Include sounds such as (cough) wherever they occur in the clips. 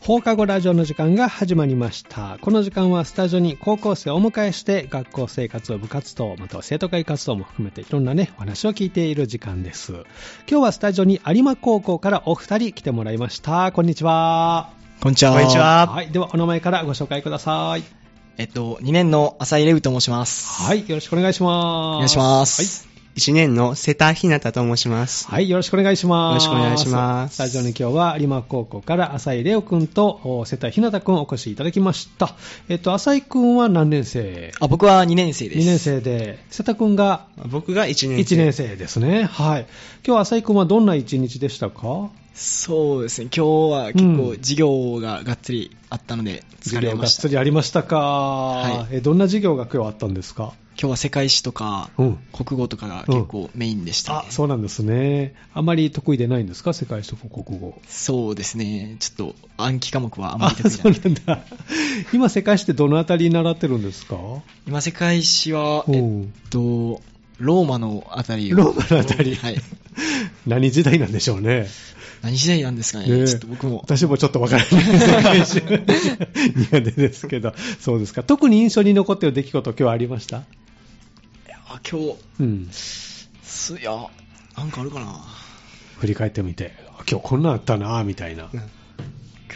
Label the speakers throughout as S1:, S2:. S1: 放課後ラジオの時間が始まりました。この時間はスタジオに高校生をお迎えして、学校生活を部活動、または生徒会活動も含めていろんなね、お話を聞いている時間です。今日はスタジオに有馬高校からお二人来てもらいました。こんにちは。
S2: こんにちは。
S3: こんにちは
S1: はい、ではお名前からご紹介ください。
S2: えっと、2年の浅井レウと申します。。
S1: はいい、よろしくお願いします。
S2: お願いします。
S3: 1年の瀬田ひなたと申します。
S1: はい、よろしくお願いします。
S3: よろしくお願いします
S1: スタジオに今日は有馬高校から浅井レオくんとお瀬田ひなたくんお越しいただきました。えっと、浅井くんは何年生
S2: あ、僕は2年生です。
S1: 2年。生で、瀬田くんが
S3: 僕が1年生。
S1: 1年生ですね。はい。今日浅井くんはどんな一日でしたか
S2: そうですね。今日は結
S1: う
S2: 構
S1: ん
S2: 授業ががっつりあったので疲
S1: 授
S2: れ
S1: 業
S2: ま
S1: がっ
S2: した。
S1: つりありましたか、
S2: は
S1: えどんな授業が今日あったんですか
S2: 今日は世界史とか、
S1: うん
S2: 国語とかが結構メインでしたね。
S1: あ、そうなんですね。あまり得意でないんですか世界史と国語。
S2: そうですね。ちょっと暗記科目はあんま
S1: あ
S2: り得意じゃ
S1: そ
S2: な
S1: う
S2: い。
S1: なんだ。今、世界史ってどのあたり習ってるんですか
S2: 今世界史は、
S1: う
S2: えっ
S1: ん
S2: と、ローマのあたりを
S1: ローマのあたり
S2: はい。
S1: 何時代なんでしょうね。
S2: 何時代なんですかね。
S1: ねえ
S2: ちょっと僕も。
S1: 私もちょっとわからない。
S2: (laughs)
S1: 世界史苦手ですけど、そうですか。特に印象に残っている出来事、今日はありました
S2: あ今日、
S1: うん。
S2: すいや、なんかあるかな。
S1: 振り返ってみて、あ今日こんなんあったな、みたいな。ち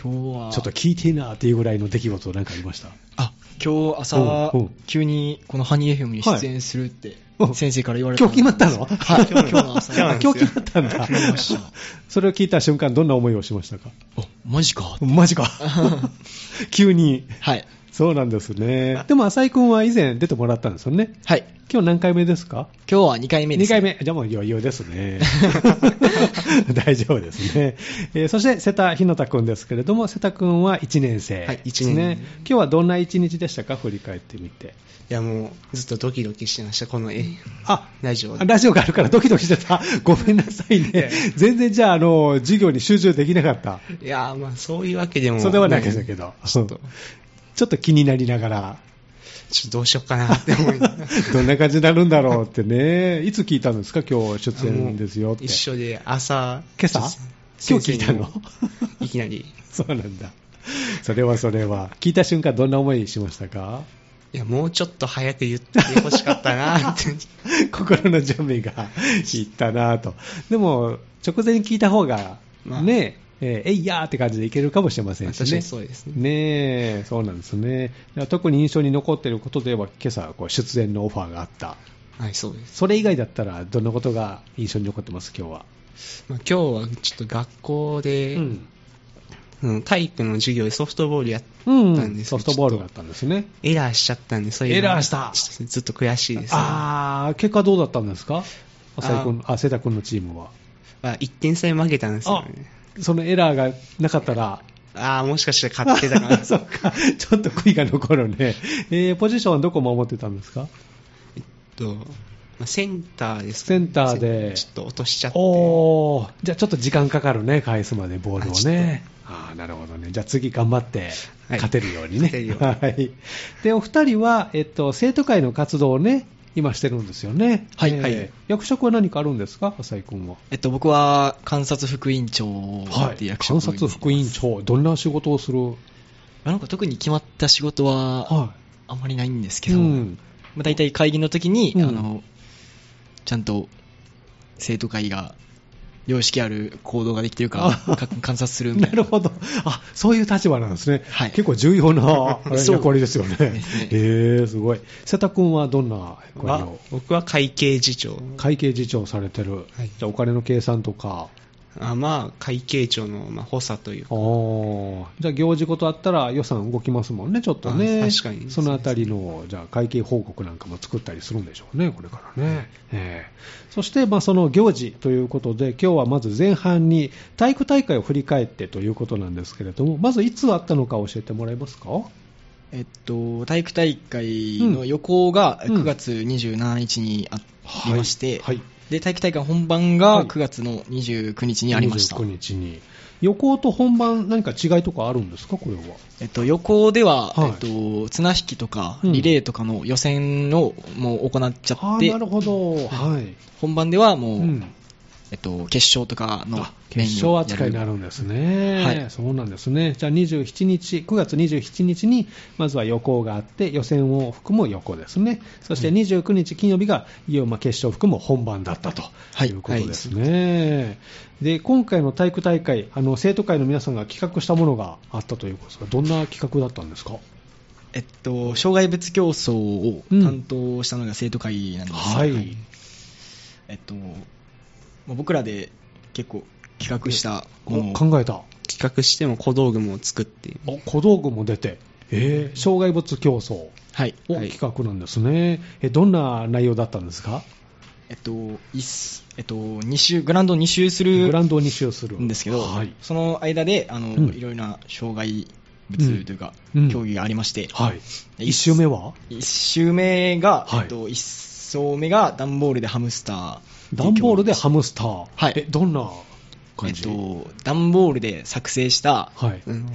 S2: 今日
S1: ょ
S2: は、
S1: っと聞いていな、っていうぐらいの出来事なんかありました。
S2: あ今日朝
S1: うんうん、
S2: 急にこのハニー FM に出演するって
S1: はい、
S2: 先生から言われた
S1: 今
S2: ん
S1: 日
S2: で
S1: 決まったの
S2: はい、今日の朝。
S3: 今
S1: (laughs)
S3: 日
S1: 今日決まったんだ
S2: 決まりました。
S1: それを聞いた瞬間、どんな思いをしましたか
S2: おマジか。
S1: マ
S2: (laughs)
S1: ジか。急に。
S2: はい。
S1: そうなんですね。でも、浅井くんは以前出てもらったんですよね。
S2: はい。
S1: 今日何回目ですか
S2: 今日は2回目で
S1: 2
S2: す。
S1: 回目。じゃあもう余裕です (laughs) ね。大丈夫ですね。えーそして、瀬田ひなたくんですけれども、瀬田くんは1年生
S3: はい
S1: です
S3: 一
S1: ね。
S3: 年
S1: 今日はどんな1日でしたか振り返ってみて。
S3: いやもう、ずっとドキドキしてました、この絵。
S1: あ、
S3: ラジオで。
S1: ラジオがあるからドキドキして
S3: (laughs)
S1: た。ごめんなさいね。全然じゃあ、あの、授業に集中できなかった。
S3: いやーまあそういうわけでも。
S1: それではないですけど。
S3: ちょっと、
S1: ちょっと気になりなが
S3: (laughs)
S1: ら、
S3: ちょっとどうしようかなって思いながら
S1: どんな感じになるんだろうってね。いつ聞いたんですか今日出演ですよって。
S3: 一緒で朝。
S1: 今朝
S3: ちょ
S1: 今
S3: っ
S1: 日
S3: と
S1: 聞いたの
S3: 先生 (laughs) にもいきなり。
S1: そうなんだ。それはそれは。聞いた瞬間どんな思いしましたか
S3: いや、もうちょっと早く言ってほしかったな
S1: (laughs)
S3: って。
S1: 心の準備がいったなぁと。でも、直前に聞いた方が、
S3: まあ
S1: ねえ、えーえいやーって感じでいけるかもしれませんし
S3: 私
S1: ね。
S3: もそうですね。
S1: ねえ、そうなんですね。では特に印象に残っていることで言えば、今朝こう出演のオファーがあった。
S3: はい、そうです。
S1: それ以外だったら、どんなことが印象に残ってます、今日は。
S3: まあ今日はちょっと学校で、
S1: うん。
S3: うん体育の授業でソフトボールやっ
S1: うん
S3: たんです
S1: ソフトボールがあったんですね。
S3: エラーしちゃったんで、そういうの
S1: エラーした
S3: ちょっとずっと悔しいです、ね。
S1: ああ、結果どうだったんですか浅井君、あ、瀬田君のチームは。
S3: まあ、1点差で負けたんですよね。
S1: そのエラーがなかったら、
S3: ああー、もしかして勝って
S1: (laughs)
S3: たかな。
S1: そっか、ちょっと悔いが残るね。えーポジションはどこ守ってたんですか
S3: とまあセンターですか
S1: センターで
S3: ちょっと落としちゃって。
S1: おー、じゃあちょっと時間かかるね、返すまでボールを
S3: あちょっ
S1: ね。ああー、なるほどね。じゃあ次頑張って、
S3: はい
S1: 勝てるように
S3: 勝てる
S1: ね
S3: よ。うに
S1: はい。で、お二人は、えっと、生徒会の活動をね、今してるんですよね。
S2: はい
S1: ー
S2: はい
S1: 役職は何かあるんですか浅井君は。
S2: えっと、僕は観察副委員長っていう役
S1: 観
S2: 職を今
S1: 察副委員長、どんな仕事をする
S2: まあなんか特に決まった仕事は
S1: は
S2: あんまりないんです
S1: い。
S2: けど、
S1: うん
S2: まあ、大体会議の時に、
S1: うん
S2: あのちゃんと生徒会が様式ある行動ができてるか
S1: あ
S2: か観察するみ
S1: な
S2: たいな
S1: るほど。あ、そういう立場なんですね。
S2: はい
S1: 結構重要なあれ
S2: (laughs) そう
S1: 役割ですよね。
S2: ですね
S1: えー、すごい。瀬田君はどんな役割
S3: は
S1: を
S3: 僕は会計次長。
S1: 会計次長されてる。
S3: はい
S1: じゃあお金の計算とか。
S3: あまあ、会計長の、まあ、補佐というか。
S1: おーじゃあ行事事あったら予算動きますもんね、ちょっとね。
S3: あ確かに
S1: そのあたりの、じゃあ会計報告なんかも作ったりするんでしょうね、これからね。ええそして、まあその行事ということで、今日はまず前半に体育大会を振り返ってということなんですけれども、まずいつあったのか教えてもらえますか
S2: えっと、体育大会の予行が
S1: うん
S2: 9月27日にありまして、
S1: はいはい
S2: で体育大会本番
S1: はい
S2: が9月の29日にありました、
S1: 29日に。予行と本番、何か違いとかあるんですか、これは。
S2: えっと、予行では、
S1: はい
S2: えっと、綱引きとか
S1: うん
S2: リレーとかの予選をもう行っちゃ
S1: あー
S2: って、
S1: なるほど。はい。
S2: 本番ではもう、
S1: うん
S2: えっと、決勝とかの
S1: あ決勝扱いになるんですね、
S2: はい
S1: そうなんですね、じゃあ27日、9月27日に、まずは予行があって、予選を含む予行ですね、そして29日金曜日が、いよいよまあ決勝を含む本番だったと
S2: はい
S1: いうことですね、で今回の体育大会あの、生徒会の皆さんが企画したものがあったということですが、どんな企画だったんですか。
S2: えっと、障害物競争を担当したのが生徒会なんですが、
S1: はい、
S2: えっと、まあ僕らで結構企画したもの
S1: お
S2: を
S1: 考えた
S3: 企画しても小道具も作って、
S1: お小道具も出て、えー障害物競争を
S2: はい、
S1: 企画なんですね、えどんな内容だったんですか
S2: えっと、いっすえっと、2周、グラウンドを2周する
S1: グラウンドを2周する
S2: んですけど、
S1: はい
S2: その間で、あの、
S1: うん
S2: いろいろな障害物というか、
S1: うん
S2: 競技がありまして、
S1: はい、
S2: で
S1: 1周目は
S2: 1周目が、
S1: はい
S2: えっと、1走目が段ボールでハムスターってい
S1: 段
S2: う競技。
S1: ボールでハムスター、
S2: はい
S1: えどんな
S2: え
S1: 感
S2: っ
S1: じ、
S2: と、段ボールで作成した
S1: はい、
S3: あの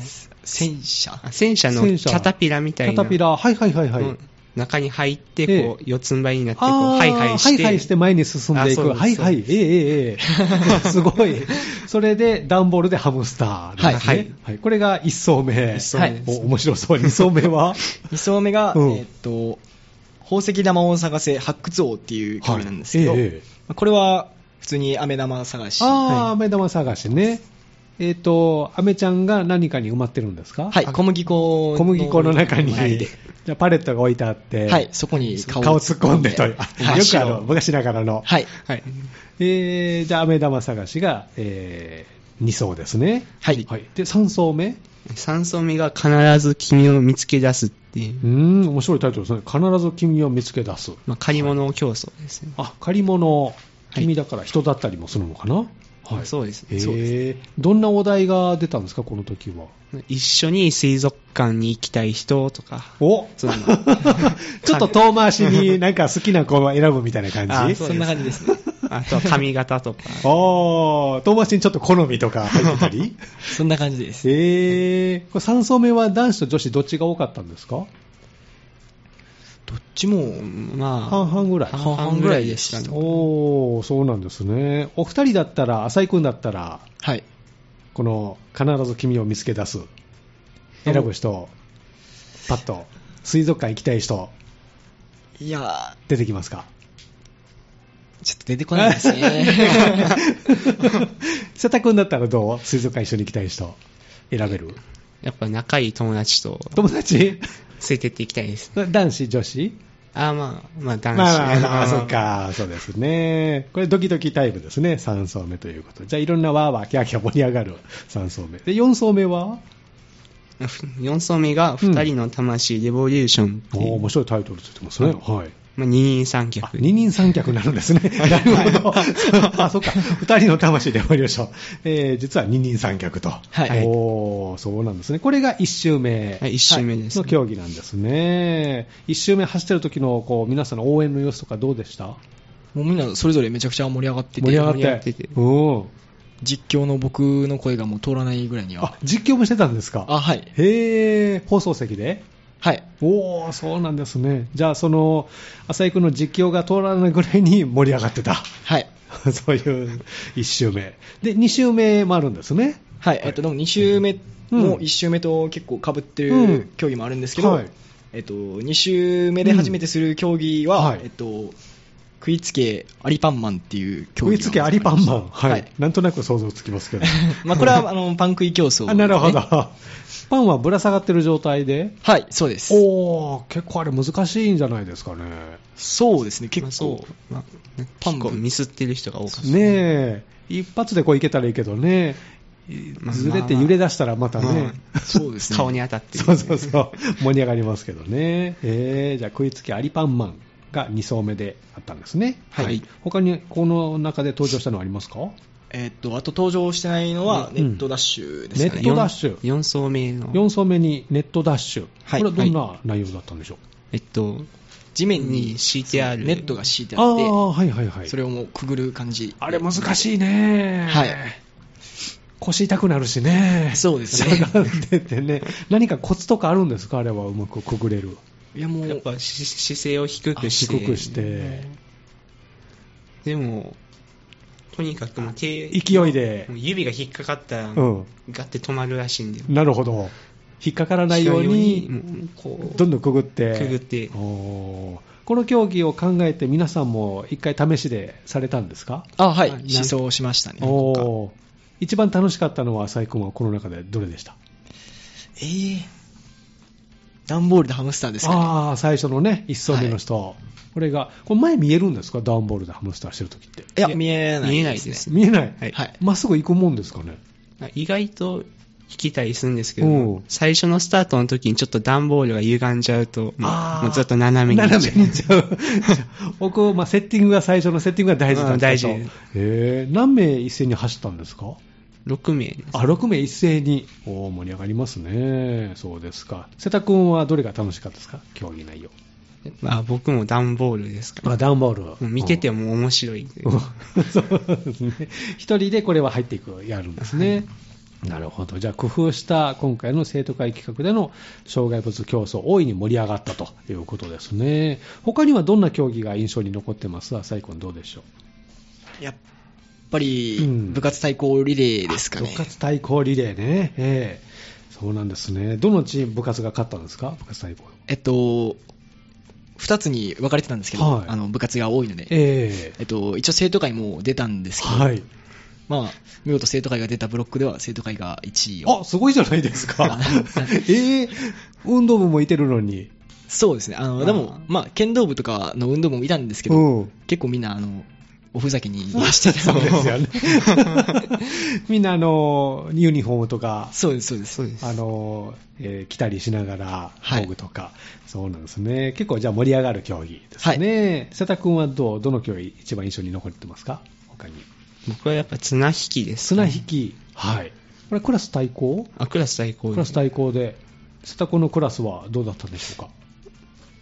S2: 戦車。
S3: あ戦車のキ
S1: 戦車
S3: ャタピラみたい
S1: キ
S3: な。
S1: ャタピラー、はいはいはいはい、
S3: の中に入っ
S1: え
S3: て、こう、四つん這いになって、こう、
S1: あー
S3: ハイハイして。
S1: ハイハイして前に進んでい
S3: あそう
S1: く。
S3: です
S1: はいはい、えええええ
S3: (laughs)
S1: えすごい。それで、段ボールでハムスターですね。
S3: はいはい
S1: はいこれが1層目。
S2: 一層目です
S1: お面白そう。2層目は
S2: 2走目が、
S1: うん
S2: えっと、宝石玉を探せ発掘王っていう競技なんですけど、
S1: はいええええ
S2: まあこれは普通に飴玉探し。
S1: あ
S2: は
S1: あ、飴玉探しね。えっ、と、飴ちゃんが何かに埋まってるんですか
S2: いはい、小麦粉
S1: 小麦粉の中に、
S2: はい
S1: じゃあパレットが置いてあって、
S2: はいそこに
S1: 顔
S2: 顔
S1: を突っ込んでという、
S2: はい
S1: よくあの昔ながらの、
S2: はい。
S1: はいえーじゃあ、飴玉探しが、え2層ですね、
S2: はい
S1: で3層目、
S3: 三層目が必ず君を見つけ出すっていうう、
S1: ーん、面白いタイトルですね、必ず君を見つけ出す、
S3: まあ、借り物競争ですね。
S1: あ借り物、
S3: い
S1: 君だから人だったりもするのかな、はい
S3: そうです
S1: え
S3: ね。そうで
S1: ー
S3: す
S1: どんなお題が出たんですか、この時は。
S3: 一緒に水族館に行きたい人と
S1: (laughs)
S3: か、
S1: おち
S3: そ
S1: ょ
S3: う
S1: っと遠回しになんか好きな子を選ぶみたいな感
S3: あ
S1: じ
S2: そんな感じですね。
S3: あとは髪型とか、
S1: おー、遠回しにちょっと好みとか入ってたり
S2: そんな感じです。
S1: えー、これ3層目は男子と女子どっちが多かったんですか
S2: どっちも、
S1: 半
S3: ま
S1: 々ぐら
S3: あ、
S1: い。
S3: 半々ぐらいでしたね。
S1: おー、そうなんですね。お二人だったら、浅井くんだったら、
S2: はい。
S1: この、必ず君を見つけ出す。選ぶ人、パッと、水族館行きたい人、
S2: いや
S1: 出てきますか
S2: ー、ちょっと出てこないですね。
S1: (laughs) 瀬田くんだったらどう水族館一緒に行きたい人、選べる
S3: やっぱ仲いい友達と
S1: (laughs) 友達
S3: 連れてっていきたいですね。
S1: 男子、女子
S3: ああ、まあ、 (laughs) まあ男子。
S1: まあまあまあ、そっか、そうですね。これドキドキタイプですね、3層目ということで。じゃあいろんなわーわーキャーキャー盛り上がる3層目。で、4層目は
S3: 4層目が2人の魂レボリューションって
S1: おー
S3: いう、
S1: 面白いタイトルついてますね。はい。
S3: まあ、二人三脚
S1: あ、二人三脚になるんですね。なるほど。 (laughs) あ、そっか。二人の魂で終わりましょう。えー、実は二人三脚と。
S2: はい
S1: おーそうなんですね。これが一周目。
S3: はい一周目ですね
S1: はいの競技なんですね。一周目走ってる時の、こう、皆さんの応援の様子とかどうでした
S2: もうみんなそれぞれめちゃくちゃ盛り上がって
S1: 盛り
S2: て、
S1: 上がって。
S3: 盛り上がってて
S1: うん。
S2: 実況の僕の声がもう通らないぐらいには
S1: あ。、実況もしてたんですか
S2: あ、はい。
S1: へー、放送席で
S2: はい。
S1: おー、そうなんですね。じゃあ、その、浅井君の実況が通らないぐらいに盛り上がってた。
S2: はい。
S1: (laughs) そういう1周目。で、2周目もあるんですね。
S2: はい。えっと、でも2周目
S1: う
S2: も
S1: ん
S2: 1周目と結構被って
S1: うん
S2: る競技もあるんですけど、
S1: はい
S2: えっと、2周目で初めてする競技
S1: うん
S2: は、
S1: はい
S2: えっと、食いつけアリパンマンっていう競技
S1: 食いつけアリパンマン。はい。
S2: はい
S1: なんとなく想像つきます (laughs) けど。
S2: (laughs) まあ、これは、あの、パン食い競争、
S1: あなるほど。。パンはぶら下がってる状態で。
S2: はい、そうです。
S1: おー、結構あれ難しいんじゃないですかね。
S2: そうですね、
S3: まあ
S2: 結構
S3: そ。う、まあね、
S2: パン
S3: 結構ミスってる人が多かった。
S1: ねえ。一発でこういけたらいいけどね。
S3: まあ
S1: ずれて揺れ出したらまたね。
S3: まあ
S2: そうですね。
S3: (laughs) 顔に当たってる。
S1: そうそうそう、盛り上がりますけどね、えー、じゃあ、食いつきアリパンマンが2層目であったんですね、
S2: はい
S1: 他にこの中で登場したのはありますか、
S2: えっと、あと登場してないのは、
S1: うん
S2: ネットダッシュですか
S1: ネ
S2: ね。
S1: ットダッシュ
S3: 4層目の、
S1: 4層目にネットダッシュ、
S2: はい
S1: これはどんな内容だったんでしょう、
S3: えっと、
S2: 地面に
S3: 敷いてある
S2: ネットが敷いて
S1: あ
S2: あって、
S1: あ、はいはいはい、
S2: それをもうくぐる感じ。
S1: あれ、難しいね、
S2: はい、
S1: 腰痛くなるしね、
S2: そうで
S1: (laughs)
S2: すね
S1: 下がっててね、何かコツとかあるんですか、あれはうまくくぐれる、
S2: いや、もう、
S3: やっぱし姿勢を低くして。
S1: 低くして、
S3: でも、とにかくもう手、
S1: 勢いで
S3: もう指が引っかかったら、
S1: うん
S3: ガッて止まるらしいんで。
S1: なるほど引っかからないよう
S3: しないようにも
S1: に
S3: うこう
S1: どんどんくぐって
S3: くぐって
S1: おーこの競技を考えて皆さんも一回試しでされたんですか
S2: あ、はい。
S3: あな
S2: 思
S3: ん
S2: 想しましたね。
S1: お
S2: なんか
S1: ー一番楽しかったのは浅井君はこの中でどれでした
S2: えー、段ボールでハムスターですかね。
S1: ああ最初のね一層目の人、これがこれ前見えるんですかダンボールでハムスターしてる時って
S2: いや、見えない。
S3: 見えないですね
S1: 見えない、
S3: はい
S2: はい
S1: まっすぐ行くもんですかね
S3: 意外と引きたりするんですけ
S1: うん
S3: ど、最初のスタートの時にちょっと段ボールが歪んじゃうと、も
S1: あー
S3: うもうずっと斜めに
S1: 斜めに行っちゃう (laughs) 僕、まあ、セッティングが最初のセッティングが大事だったと
S3: うん大事
S1: へえ何名一斉に走ったんですか
S3: 6名です。
S1: あ6名一斉におー盛り上がりますねそうですか瀬田君はどれが楽しかったですか競技内容
S3: まあ僕も段ボールですから。
S1: あダンボールは
S3: もう見てても面白い。
S1: うん (laughs) そうですね。一人でこれは入っていく、やるんですね。なるほど。じゃあ、工夫した今回の生徒会企画での障害物競争、大いに盛り上がったということですね。他にはどんな競技が印象に残ってます浅井君どうでしょ
S2: やっぱり
S1: うん、
S2: 部活対抗リレー
S1: う
S2: ですかね。
S1: 部活対抗リレーね。ええそうなんですね。どのチーム、部活が勝ったんですか部活対抗。
S2: えっと、二つに分かれてたんですけど、
S1: はい
S2: あの部活が多いので、え
S1: ええ
S2: っと、一応生徒会も出たんですけど、
S1: はい。
S2: まあ、見事生徒会が出たブロックでは生徒会が1位を。
S1: あ、すごいじゃないです (laughs) か。ええ運動部もいてるのに。
S2: そうですね。あの、でも、まあ、剣道部とかの運動部もいたんですけど、
S1: うん。
S2: 結構みんな、あの、おふざけにしてた
S1: そう
S2: の
S1: ですよね。 (laughs) みんな、あの、ユニフォームとか、
S2: (laughs) そうです、そうです。そうです。
S1: あの、えー着たりしながら、
S2: はい
S1: 工具とか、そうなんですね。結構、じゃあ盛り上がる競技ですね。瀬田君はどう、どの競技一番印象に残ってますか他に。
S3: 僕はやっぱ綱引きです。
S1: 綱引き。はい。これ、クラス対抗
S3: あ、クラス対抗
S1: クラス対抗で、瀬田君のクラスはどうだったんでしょ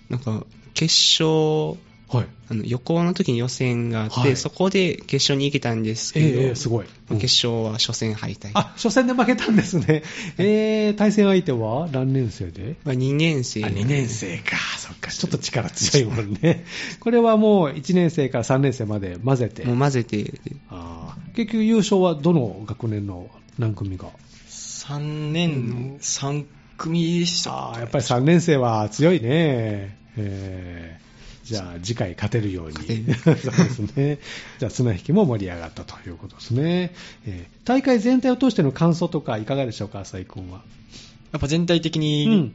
S3: なんか、決勝、
S1: うかはい。
S3: あの、予行の時に予選があって、
S1: はい
S3: そこで決勝に行けたんです
S1: え
S3: けど、
S1: ーえーすごい。
S3: まあ決勝は初戦敗退。
S1: あ、初戦で負けたんですね。えー、対戦相手は何年生で
S3: まあ、2年生。
S1: あ2年生か、そっか、ちょっと力強いもんね。これはもう1年生から3年生まで混ぜて、
S3: もう混ぜて、
S1: あー結局優勝はどの学年の何組が
S2: 3年の3組でした。
S1: あーやっぱり3年生は強いね。えーじゃあ次回勝てるように。そうですね。じゃあ綱引きも盛り上がったということですね。えー大会全体を通しての感想とかいかがでしょうか、浅井君は。
S2: やっぱ全体的に、
S1: うん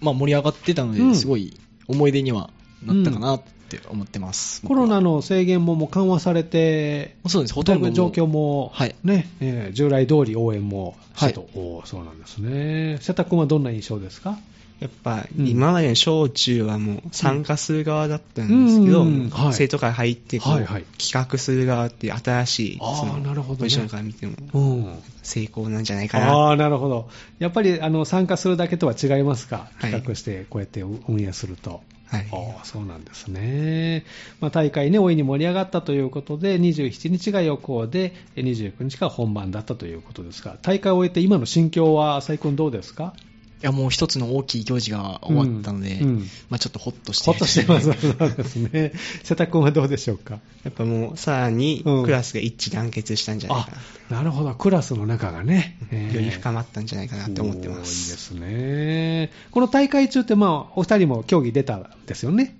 S2: まあ、盛り上がってたの
S1: うん
S2: で、すごい思い出にはなったかなって思ってます。
S1: コロナの制限ももう緩和されて、
S2: そうです、ほ
S1: ほ
S2: と
S1: とん
S2: んど
S1: ど
S2: もう
S1: 状況も、
S2: はい
S1: ねえー従来通り応援も
S2: はい
S1: してと、おーそうなんですね、瀬田君はどんな印象ですか
S3: やっぱ、
S1: うん
S3: 今までの小中はもう参加する側だったんですけど、
S1: うんうんうんはい
S3: 生徒会入ってこう、
S1: はいはい
S3: 企画する側っていう新しい、
S1: あー
S3: その
S1: なるほどね
S3: ポジションから見ても
S1: うん、
S3: 成功なんじゃないかな。
S1: ああなるほど、やっぱりあの参加するだけとは違いますか、
S3: はい
S1: 企画してこうやって運営すると。
S3: はい
S1: おーそうなんですね、まあ、大会ね、大いに盛り上がったということで、27日が予行で、え29日が本番だったということですが、大会を終えて、今の心境は、浅井君、どうですか
S2: いやもう一つの大きい行事が終わったので、
S1: うんうん
S2: まあ、ちょっとホッとして
S1: ほっとしてます、そうですね、瀬田君はどうでしょうか。
S3: やっぱもう、さらに
S1: うん
S3: クラスが一致団結したんじゃない
S1: あ
S3: かな。
S1: なるほど、クラスの中がね、
S3: より深
S1: ま
S3: まったんじゃないかなと思ってま
S1: い
S3: す。
S1: いですね、この大会中って、まあ、お二人も競技出たんですよね、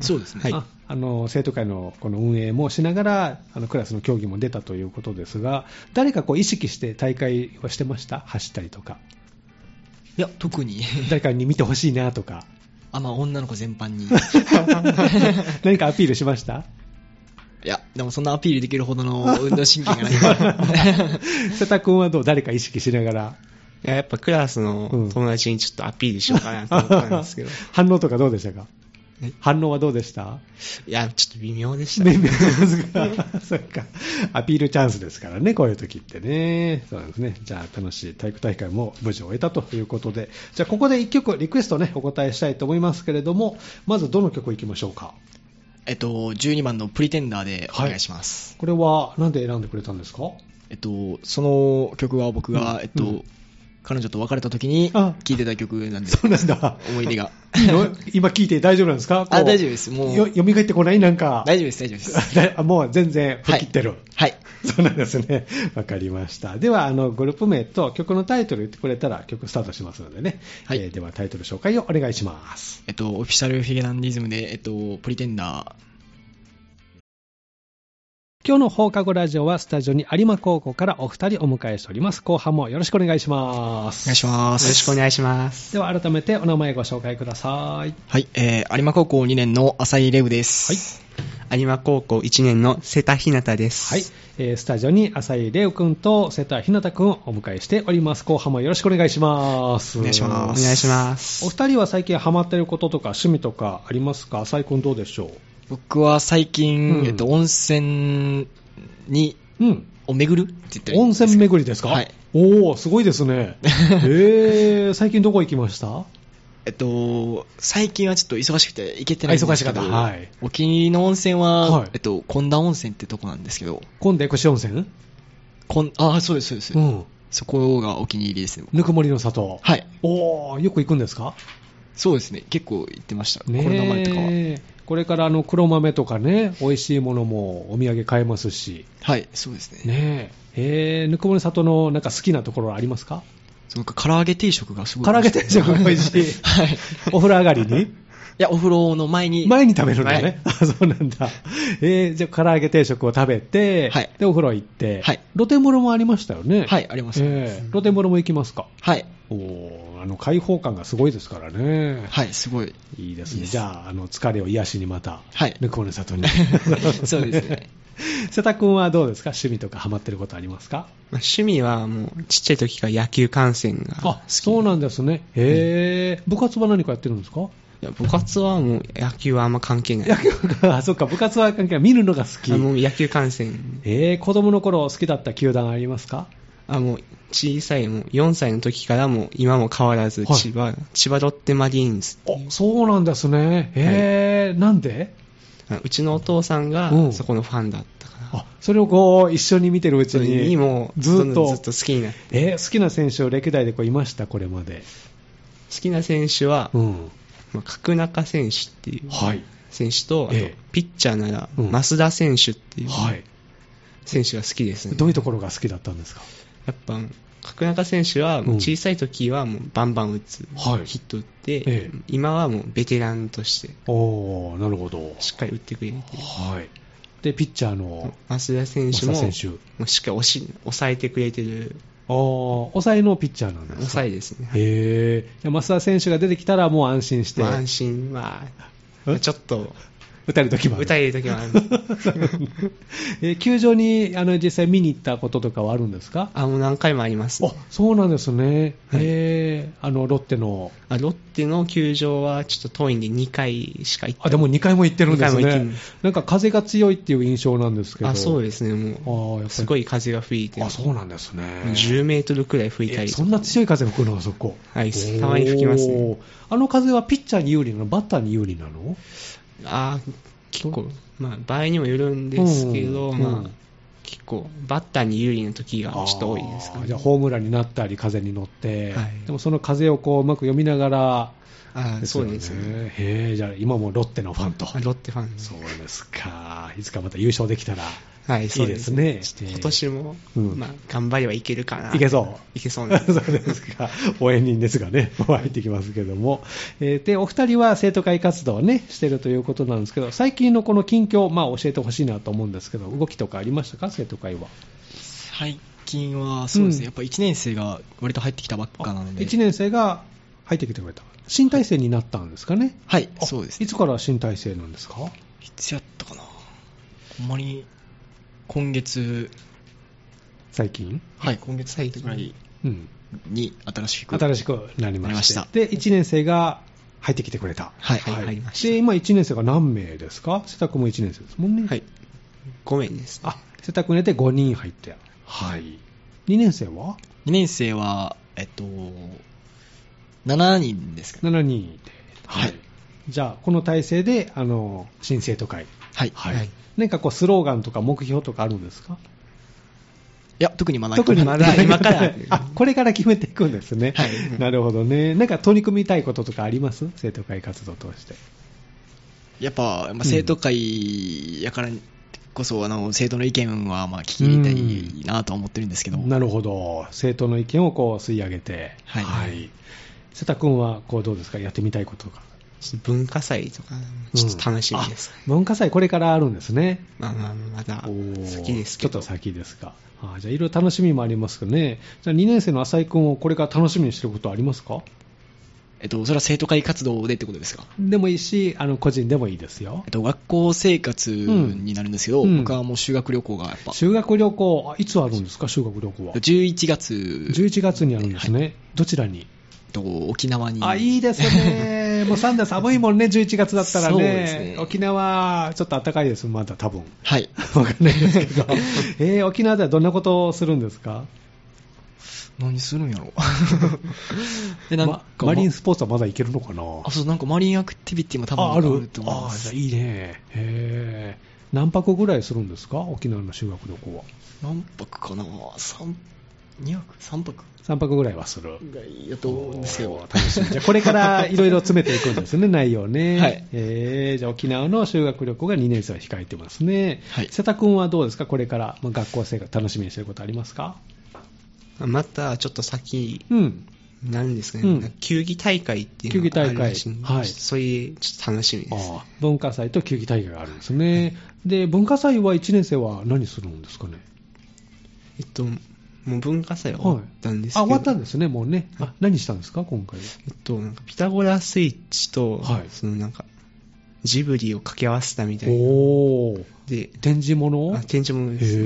S2: そうですね、
S3: はい
S1: ああの生徒会のこの運営もしながら、あのクラスの競技も出たということですが、誰かこう意識して大会はしてました、走ったりとか、
S2: いや特に (laughs)
S1: 誰かに見てほしいなと (laughs) か、
S2: あ、まあ、女の子全
S1: (laughs)
S2: 般に
S1: 何かアピールしま (laughs) した
S2: いやでもそんなアピールできるほどの運動神経がない (laughs) から
S1: 瀬田君はどう、誰か意識しながら、
S3: いややっぱクラスの友達にちょっとアピールしようかなと思ったんですけど、
S1: (laughs) 反応とかどうでしたか
S3: え
S1: 反応はどうでした
S3: いや、ちょっと微妙でした
S1: ね
S3: ね。
S1: ね (laughs) そうか。アピールチャンスですからね、こういう時ってね。そうなんですね。じゃあ、楽しい体育大会も無事終えたということで。じゃあ、ここで一曲、リクエストね、お答えしたいと思いますけれども、まずどの曲いきましょうか。
S2: えっと12番の「プリテンダー」でお願いします、
S1: これは、なんで選んでくれたんですか
S2: えっとその曲は僕
S1: う
S2: が、
S1: ん
S2: えっと
S1: うん
S2: 彼女と別れた時に
S1: あ
S2: 聴いてた曲なんで
S1: そうなんだ。
S2: 思い出が
S1: いいの (laughs) 今聞いて大丈夫なんですかこう
S2: あ大丈夫ですもう
S1: よ、蘇ってこないなんか。(laughs)
S2: (laughs) 大丈夫です大丈夫です
S1: 夫もう全然吹っ切ってる。
S2: はい
S1: (laughs) そうなんですね。わかりました。では、あの、グループ名と曲のタイトル言ってくれたら曲スタートしますのでね。
S2: はい
S1: えーでは、タイトル紹介をお願いします。
S2: えっと、オフィシャルヒゲダンディズムで、えっと、プリテンダ
S1: 今日の放課後ラジオはスタジオに有馬高校からお二人お迎えしております。後半もよろしくお願いしま
S2: ー。お
S1: す。
S2: 願いします。
S3: よろしくお願いします。
S1: では改めてお名前ご紹介ください。
S2: はい、えー、有馬高校2年の浅井レウです。
S3: 有馬高校1年の瀬田ひなたです。
S1: はい。えースタジオに浅井玲く君と瀬田ひなた君をお迎えしております。後半もよろしくお願いします。
S2: お願いし
S3: お
S2: ま
S3: 願いします。
S1: お二人は最近ハマってることとか趣味とかありますか浅井君どうでしょ
S2: 僕は最近、
S1: うん
S2: えっと、温泉に、
S1: ううん。
S2: を巡るって言ったらいい
S1: 温
S2: んですか
S1: 泉巡りですか
S2: はい。
S1: おー、すごいです
S2: (laughs)
S1: ね。えー、最近どこ行きました
S2: えっと、最近はちょっと忙しくて行けてないんですけど
S1: あ忙しかったはい
S2: お気に入りの温泉は、
S1: はい
S2: えっと、近田温泉ってとこなんですけど、
S1: 今度、越温泉
S2: こんあ、そうです、そうです、
S1: うん。
S2: そこがお気に入りですね。
S1: ぬくもりの里。
S2: はい。
S1: おー、よく行くんですか
S2: そうですね。結構行ってました。
S1: ねえ
S2: コロナ前とかは。
S1: これからあの黒豆とかね、美味しいものもお土産買えますし、
S2: はい、そうですね。
S1: ねえ、えー、ぬくもり里のなんか好きなところはありますか
S2: そのなんか唐揚げ定食がすごい
S1: 唐揚げ定食が美味しい
S2: (laughs) はい。い
S1: お風呂上がりに
S2: や、お風呂の前に。
S1: 前に食べるんだね。あ、 (laughs) そうなんだ。えー、じゃあ唐揚げ定食を食べて、
S2: はい
S1: で、お風呂行って、
S2: はい
S1: 露天風呂もありましたよね。
S2: はい、あります。
S1: えー露天風呂も行きますか
S2: はい。
S1: おーあの開放感がすごいですからね。
S2: はい、すごい。
S1: いいですね。じゃあ、あの疲れを癒しにまた、
S2: はい
S1: ぬくもりの里 (laughs) に。
S2: そうですね。
S1: (laughs) 瀬田君はどうですか趣味とかハマってることありますか
S3: まあ趣味はもうちっちゃい時から野球観戦が好き。
S1: そうなんですね。へえ、部活は何かやってるんですか
S3: いや部活はもう野球はあんま関係ない。
S1: 野球か、あそっか、部活は関係ない。見るのが好き
S3: あ。もう野球観戦。
S1: えー、子供の頃好きだった球団ありますか
S3: あもう小さいもう4歳の時からもう今も変わらず
S1: はい
S3: 千葉、千葉ロッテマリーンズ。
S1: あそうなんですね。へえ、なんで
S3: あうちのお父さん
S1: うん
S3: がそこのファンだったから。
S1: あ、それをこう、一緒に見てるうち
S3: それに
S1: に。
S3: もう
S1: ず
S3: ど
S1: っ
S3: んどん
S1: と
S3: ずっ。と好きにな好
S1: えー、好きな選手を歴代でこういました、これまで。
S3: きな選手は、
S1: うん。
S3: まあ角中選手っていう
S1: はい。
S3: 選手と、あと
S1: ええ
S3: ピッチャーなら
S1: うん
S3: 増田選手っていう
S1: はい。
S3: 選手が好きですね。
S1: どういうところが好きだったんですか
S3: やっぱ角中選手はもう小さい時はもうバンバン打つ、
S1: はい
S3: ヒット打って、
S1: ええ
S3: 今はもうベテランとして
S1: おー、なるほど。
S3: しっかり打ってくれるっていう
S1: はい。で、ピッチャーの
S3: 増田選手
S1: 増
S3: も
S1: 田選手
S3: もうしっかり押し抑えてくれてる
S1: あー抑えのピッチャーなんですか
S3: 抑えですね、
S1: へえ。じゃあ増田選手が出てきたらもう安心して、
S3: まあ安心は、まあ、ちょっと
S1: 打たれる時もあ
S3: 打
S1: る。
S3: たれる
S1: (laughs)
S3: 時はある
S1: えー球場にあの実際見に行ったこととかはあるんですか
S3: あもう何回もあります
S1: あそうなんですね。
S3: は
S1: へ
S3: い
S1: え。あの、ロッテの。
S3: あロッテの球場はちょっと遠いんで2回しか行って
S1: あ、でも2回も行ってるんです
S3: 二回も行
S1: ね
S3: ってる。
S1: なんか風が強いっていう印象なんですけど。
S3: あそう
S1: す。
S3: ですね
S1: あ
S3: も
S1: ーやっぱ
S3: う
S1: り
S3: すごい風が吹いて
S1: あ、そうなんですね。
S3: 10メートルくらい吹いた
S1: え
S3: り
S1: そんな強い風吹くのあそこ。
S3: はい
S1: おー
S3: たまに吹きますね。
S1: あの風はピッチャーに有利なのバッターに有利なの
S3: あー結構、まあ、場合にもよるんですけど、
S1: うんう
S3: まあ
S1: ん、
S3: 結構、バッターに有利な時がちょっと多いですか
S1: あー
S3: ね。
S1: じゃあ、ホームランになったり、風に乗って、
S3: はい
S1: でもその風をこううまく読みながら
S3: あー
S1: です
S3: そ
S1: よ
S3: う
S1: ね、
S3: ですね。
S1: へーじゃあ、今もロッテのファンと。
S3: あロッテファンです
S1: そうですか。いつかまた優勝できたら、
S3: はい、そう
S1: いいですね
S3: ちょっと今年も、
S1: うん
S3: まあ、頑張ればいけるかな。
S1: いけそう。
S3: いけそう
S1: (laughs) そ
S3: な
S1: うですか。応援人ですがね、 (laughs) もう入ってきますけども。えーで、お二人は生徒会活動をね、してるということなんですけど、最近のこの近況、まあ教えてほしいなと思うんですけど、動きとかありましたか生徒会は。
S2: 最近は、そうですね、
S1: うん
S2: やっぱ1年生が割と入ってきたばっかなので。
S1: 1年生が入ってきてくれた。新体制になったんですかね。
S2: はい、
S1: あ
S2: そうですね。
S1: いつから新体制なんですか
S2: いつやったかな。ほんまに、今月、
S1: 最近、
S2: はい、今月
S3: 最近
S2: ぐらい
S1: うん、
S2: に新しく。
S1: 新しくなりま
S2: なりま
S1: し
S2: したた
S1: で1年生が入ってきてくれた、
S2: はい
S3: はい入りました
S1: で今、1年生が何名ですか、瀬田君も1年生ですもんね、
S3: はい。5名です、ね。
S1: あ瀬田君入れて5人入って、はい、2年生は
S2: 2年生は、えっと、7人ですかね。
S1: 7人で、
S2: はい
S1: じゃあ、この体制であの新生徒会、
S2: はい。
S1: はい
S3: はい
S1: 何かこうスローガンとか目標とかあるんですか
S2: いや、特にまだ
S1: 特に
S3: まだ今から
S1: (laughs) あこれから決めていくんですね、
S2: はい
S1: なるほどね、なんか取り組みたいこととかあります、生徒会活動を通して。
S2: やっぱ、まあ、生徒会やからこそあの生徒の意見はまあ聞き入れたいなとは思ってるんですけど、
S1: なるほど。生徒の意見をこう吸い上げて。
S2: はい
S1: 瀬田君はこうどうですかやってみたいこととか。
S3: ちょっと文化祭とか、ちょっと楽しみです。
S1: あ文化祭これからあるんですね。
S3: まあまあ、まだ
S1: ー
S3: 好きです
S1: ちょ
S3: け
S1: っと
S3: ど。
S1: 先ですか。あーじゃあいろいろ楽しみもありますけどね。じゃあ2年生の浅井君をこれから楽しみにしてることありますか
S2: えっと、それは生徒会活動でってことですか
S1: でもいいし、あの個人でもいいですよ
S2: えっ。と、学校生活になるんですけど、
S1: うん
S2: 僕はもう修学旅行がやっぱ、
S1: 修学旅行、あいつあるんですか修学旅行は。
S2: 11月、えっ
S1: 11月にあるんですね。どちらに
S2: と、沖縄に。
S1: あ、いいです
S2: (laughs)
S1: ね。もう3度寒いもんね、11月だったらね。
S2: そうですね
S1: 沖縄、ちょっと暖かいです、まだ多
S2: (laughs)
S1: 分。
S2: はい。
S1: (laughs) わかんないですけど。えー、沖縄ではどんなことをするんですか
S2: (laughs) 何するん
S1: (laughs)
S2: やろで、なんか
S1: ま、マリンスポーツはまだいけるのかな
S2: あ、そう、なんかマリンアクティビティも多分
S1: あ
S2: あ
S1: あ
S2: る
S1: る
S2: と思い
S1: あ
S2: ま
S1: あ、じゃあ
S2: す。
S1: いいね。へー何泊ぐらいするんですか沖縄の修学旅行は。
S2: 何泊かな ?3、2泊 ?3 泊
S1: 3泊ぐらいはする。
S2: ぐらいやと思うんですけど。
S1: 楽しみ。じゃあこれからいろいろ詰めていくん
S2: (laughs)
S1: ですね、内容ね。
S2: はい
S1: えーじゃあ沖縄の修学旅行が2年生は控えてますね。
S2: はい
S1: 瀬田君はどうですかこれから、まあ、学校生活楽しみにしてることありますか
S3: また、ちょっと先
S1: うん。
S3: なんですかね、
S1: うん
S3: なんか球技大会っていうのがあるらしい
S1: 球技
S3: んで
S1: 大会はい
S3: そういう、ちょっと楽しみです。
S1: あー文化祭と球技大会があるんですね。で、文化祭は1年生は何するんですかね
S3: えっと、もう文化祭は終わったんですけ
S1: あ、
S3: ど、
S1: 終わったんですね、もうね。あ、何したんですか今回は。
S3: えっと、なんかピタゴラスイッチと、
S1: はい
S3: そのなんか、ジブリを掛け合わせたみたいな。
S1: おー。
S3: で、
S1: 展示物
S3: あ展示物です。
S1: へ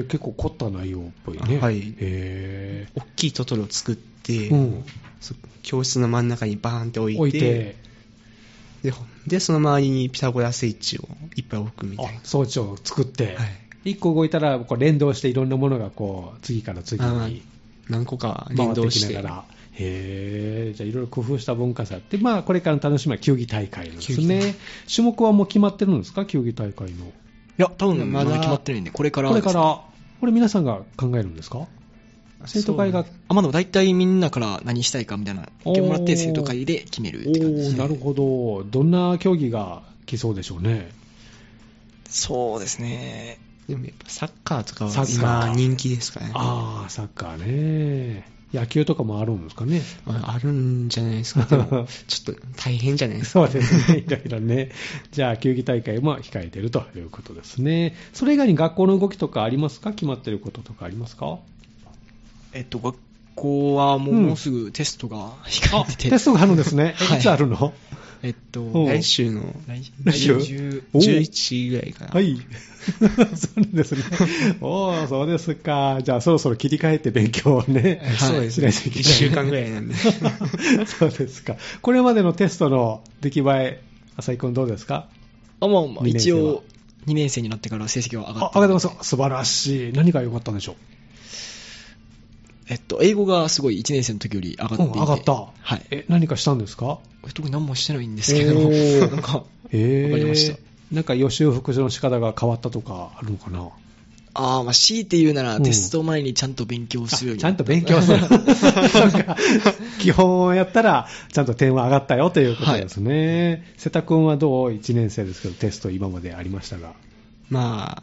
S1: ー、結構凝った内容っぽいね。
S3: あはい
S1: へ
S3: 大きいトトロを作って、
S1: ー。うん。
S3: そ教室の真ん中にバーンって置いて
S1: 置いて、
S3: で、ほでその周りにピタゴラスイッチをいっぱい置くみたい
S1: あ装置を作って、
S3: はい
S1: 一個動いたらこう連動していろんなものがこう次から次
S3: な。あ
S1: に
S3: 何個か
S1: 回
S3: 連
S1: って
S3: 動し
S1: き
S3: て
S1: なが。ら。へーじゃあいろいろ工夫した文化祭って、まあ、これからの楽しみは球技大会なんです
S3: 球技
S1: ね。種目はもう決まってるんですか球技大会の。
S2: いや、多分
S3: ま
S2: ま
S3: だ
S2: だ決まってないんで、これから
S1: こ
S2: で
S1: れ
S2: すね。
S1: から、これ皆さんが考えるんですか生徒会が
S3: そうね
S2: あまあでも大体みんなから何したいかみたいな、言ってもらって生徒会で決めるって感じです
S1: おーなるほど。どんな競技が来そうでしょうね。
S2: そうですね。
S3: でもやっぱサッカーとか
S1: サ
S3: は
S1: ッカー
S3: 今人気ですからね。
S1: ああ、サッカーね。野球とかもあるんですかね。
S3: ああるんじゃないですか。でもちょっと大変じゃないですか。
S1: そうですね。 (laughs) いろいろね。じゃあ、球技大会も控えてるということですね。それ以外に学校の動きとかありますか決まってることとかありますか
S2: えっと、学校はもう,、
S1: うん
S2: もうすぐテストが控えてて、
S1: テストがあるんですね。
S2: はい
S1: い、つあるの
S2: えっと、
S1: おう
S3: 来週の
S2: 来
S1: 来週
S2: 10
S1: お
S3: 11ぐらいから。
S1: はい。 (laughs) そうですね。おお、そうですか。じゃあ、そろそろ切り替えて勉強をね。
S3: えそうです
S1: し
S3: ね。
S1: ないといけない
S3: 1週間ぐらいなんで。
S1: (laughs) そうですか。これまでのテストの出来栄え、浅井君どうですか
S2: あまあまあ、
S1: 二年生
S2: 一
S1: は
S2: 応、2年生になってから成績は上が
S1: あ
S2: っ、て。
S1: 上がってます。素晴らしい。何が良かったんでしょう
S2: えっと、英語がすごい1年生の時より上がっていて。
S1: うん上がった
S2: はい。え
S1: え、何かしたんですか
S2: 特に何もしてないんですけど、
S1: おー
S2: (laughs) なんか、
S1: ええ
S2: わかりました
S1: なんか予習復習の仕方が変わったとかあるのかな
S2: ああ、まあ、強いて言うなら、
S1: うん
S2: テスト前にちゃんと勉強するよう
S1: あ
S2: に
S1: ちゃんと勉強
S2: (laughs)
S1: する。そうか基本をやったら、ちゃんと点は上がったよということですね。瀬田君はどう ?1 年生ですけど、テスト今までありましたが。
S3: まあ、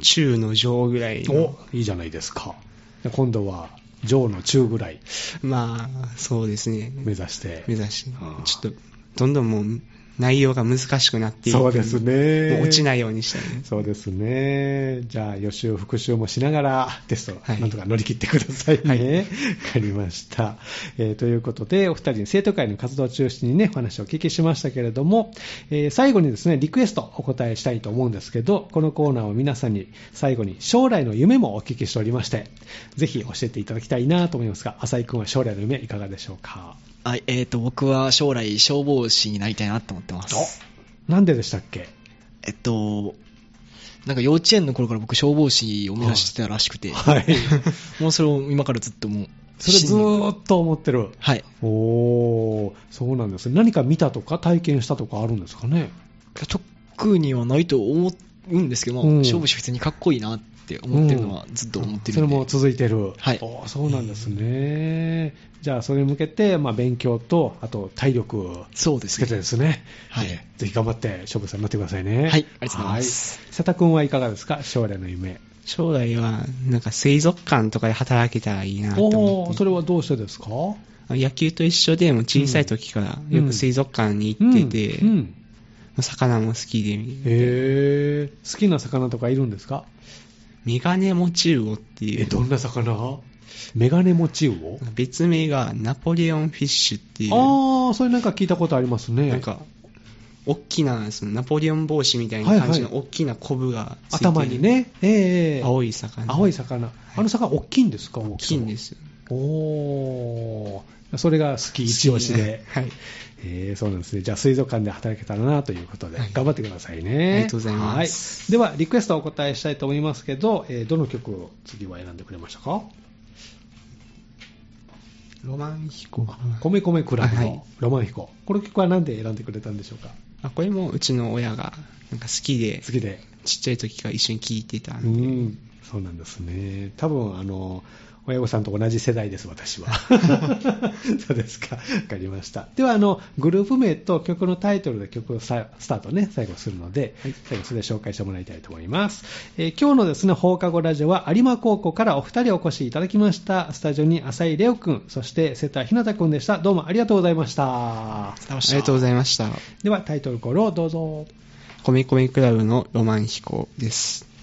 S3: 中の上ぐらいの。
S1: おいいじゃないですか。じゃあ今度は、上の中ぐらい
S3: まあ、そうですね。
S1: 目指して。
S3: 目指して
S1: あー。
S3: ちょっと、どんどんもう、内容が難しくなっていく
S1: そうです。ね。。
S3: もう落ちないいようにしたいね。
S1: そうですね。じゃあ、予習、復習もしながら、テスト、
S3: はい
S1: なんとか乗り切ってくださいね。
S3: は
S1: わ、
S3: い
S1: かりました、えーということで、お二人に生徒会の活動を中心にね、お話をお聞きしましたけれども、えー最後にですね、リクエストお答えしたいと思うんですけど、このコーナーを皆さんに最後に将来の夢もお聞きしておりまして、ぜひ教えていただきたいなと思いますが、浅井くんは将来の夢いかがでしょうか
S2: はい、えっと、僕は将来消防士になりたいなと思ってます。
S1: なんででしたっけ
S2: えっと、なんか幼稚園の頃から僕消防士を目指してたらしくて、
S1: はい。
S2: (laughs) もうそれを今からずっともう、
S1: それず
S2: 信念が
S1: ーっと思ってる。
S2: はい。
S1: おー、そうなんですね。何か見たとか体験したとかあるんですかね。
S2: 特にはないと思うんですけど、まあ
S1: うん
S2: 勝負師普通にかっこいいなっって思ってるのはずっと思ってる
S1: それ
S2: んで、
S1: も続いてる、
S2: はい
S1: おーそうなんですね、じゃあそれに向けて、まあ、勉強と、あと体力を
S2: そうで
S1: つ
S2: す
S1: けて
S2: ね
S1: ですね、
S2: はい
S1: えーぜひ頑張って、勝負さんになってくださいね。
S2: はいありがとうございます
S1: はい。瀬田君はいかがですか、将来の夢。
S3: 将来は、なんか水族館とかで働けたらいいなと
S1: お
S3: 思
S1: お、
S3: って
S1: そ。れはどうしてですか
S3: 野球と一緒で、もう小さい時から
S1: うん
S3: よく水族館に行ってて、
S1: うんうん
S3: 魚も好きで、
S1: へー好きな魚とかいるんですか
S3: メガネモチウオってい
S1: え、
S3: う、
S1: どんな魚メガネモチウオ
S3: 別名がナポレオンフィッシュっていう、
S1: ああ、それなんか聞いたことありますね。
S3: なんか、大きな、そのナポレオン帽子みたいな感じ
S1: は
S3: の
S1: い
S3: 大きなコブがついてる
S1: 頭に、ね、ええ
S3: 青い魚。
S1: 青い魚。あの魚、大きいんですか大
S3: 大きいんで。すよ。
S1: おーそれが好き一押しで。
S3: はい。
S1: えーそうなんですね。じゃあ、水族館で働けたらなということで、
S3: はい
S1: 頑張ってくださいね。
S3: ありがとうございます
S1: はいでは、リクエストをお答えしたいと思いますけど、えーどの曲を次は選んでくれましたか
S3: ロマン飛行。
S1: 米米クラブ
S3: はい
S1: のロマン彦。この曲は何で選んでくれたんでしょうか
S3: あこれもうちの親がなんか好きで、
S1: 次で。
S3: ちっちゃい時から一緒に聴いてたん
S1: う
S3: で、
S1: ん。そうなんですね。多分、あの、親御さんと同じ世代です、私
S3: (laughs)
S1: は。そうですか。わかりました。では、あの、グループ名と曲のタイトルで曲をさスタートね、最後するので、最後それで紹介してもらいたいと思います。えー今日のですね、放課後ラジオは有馬高校からお二人お越しいただきました。スタジオに浅井レオくん、そして瀬田ひなたくんでした。どうもありがとうございました。
S3: ありがとうございました。
S1: では、タイトルコールをどうぞ。
S3: コメコメクラブのロマン飛行です。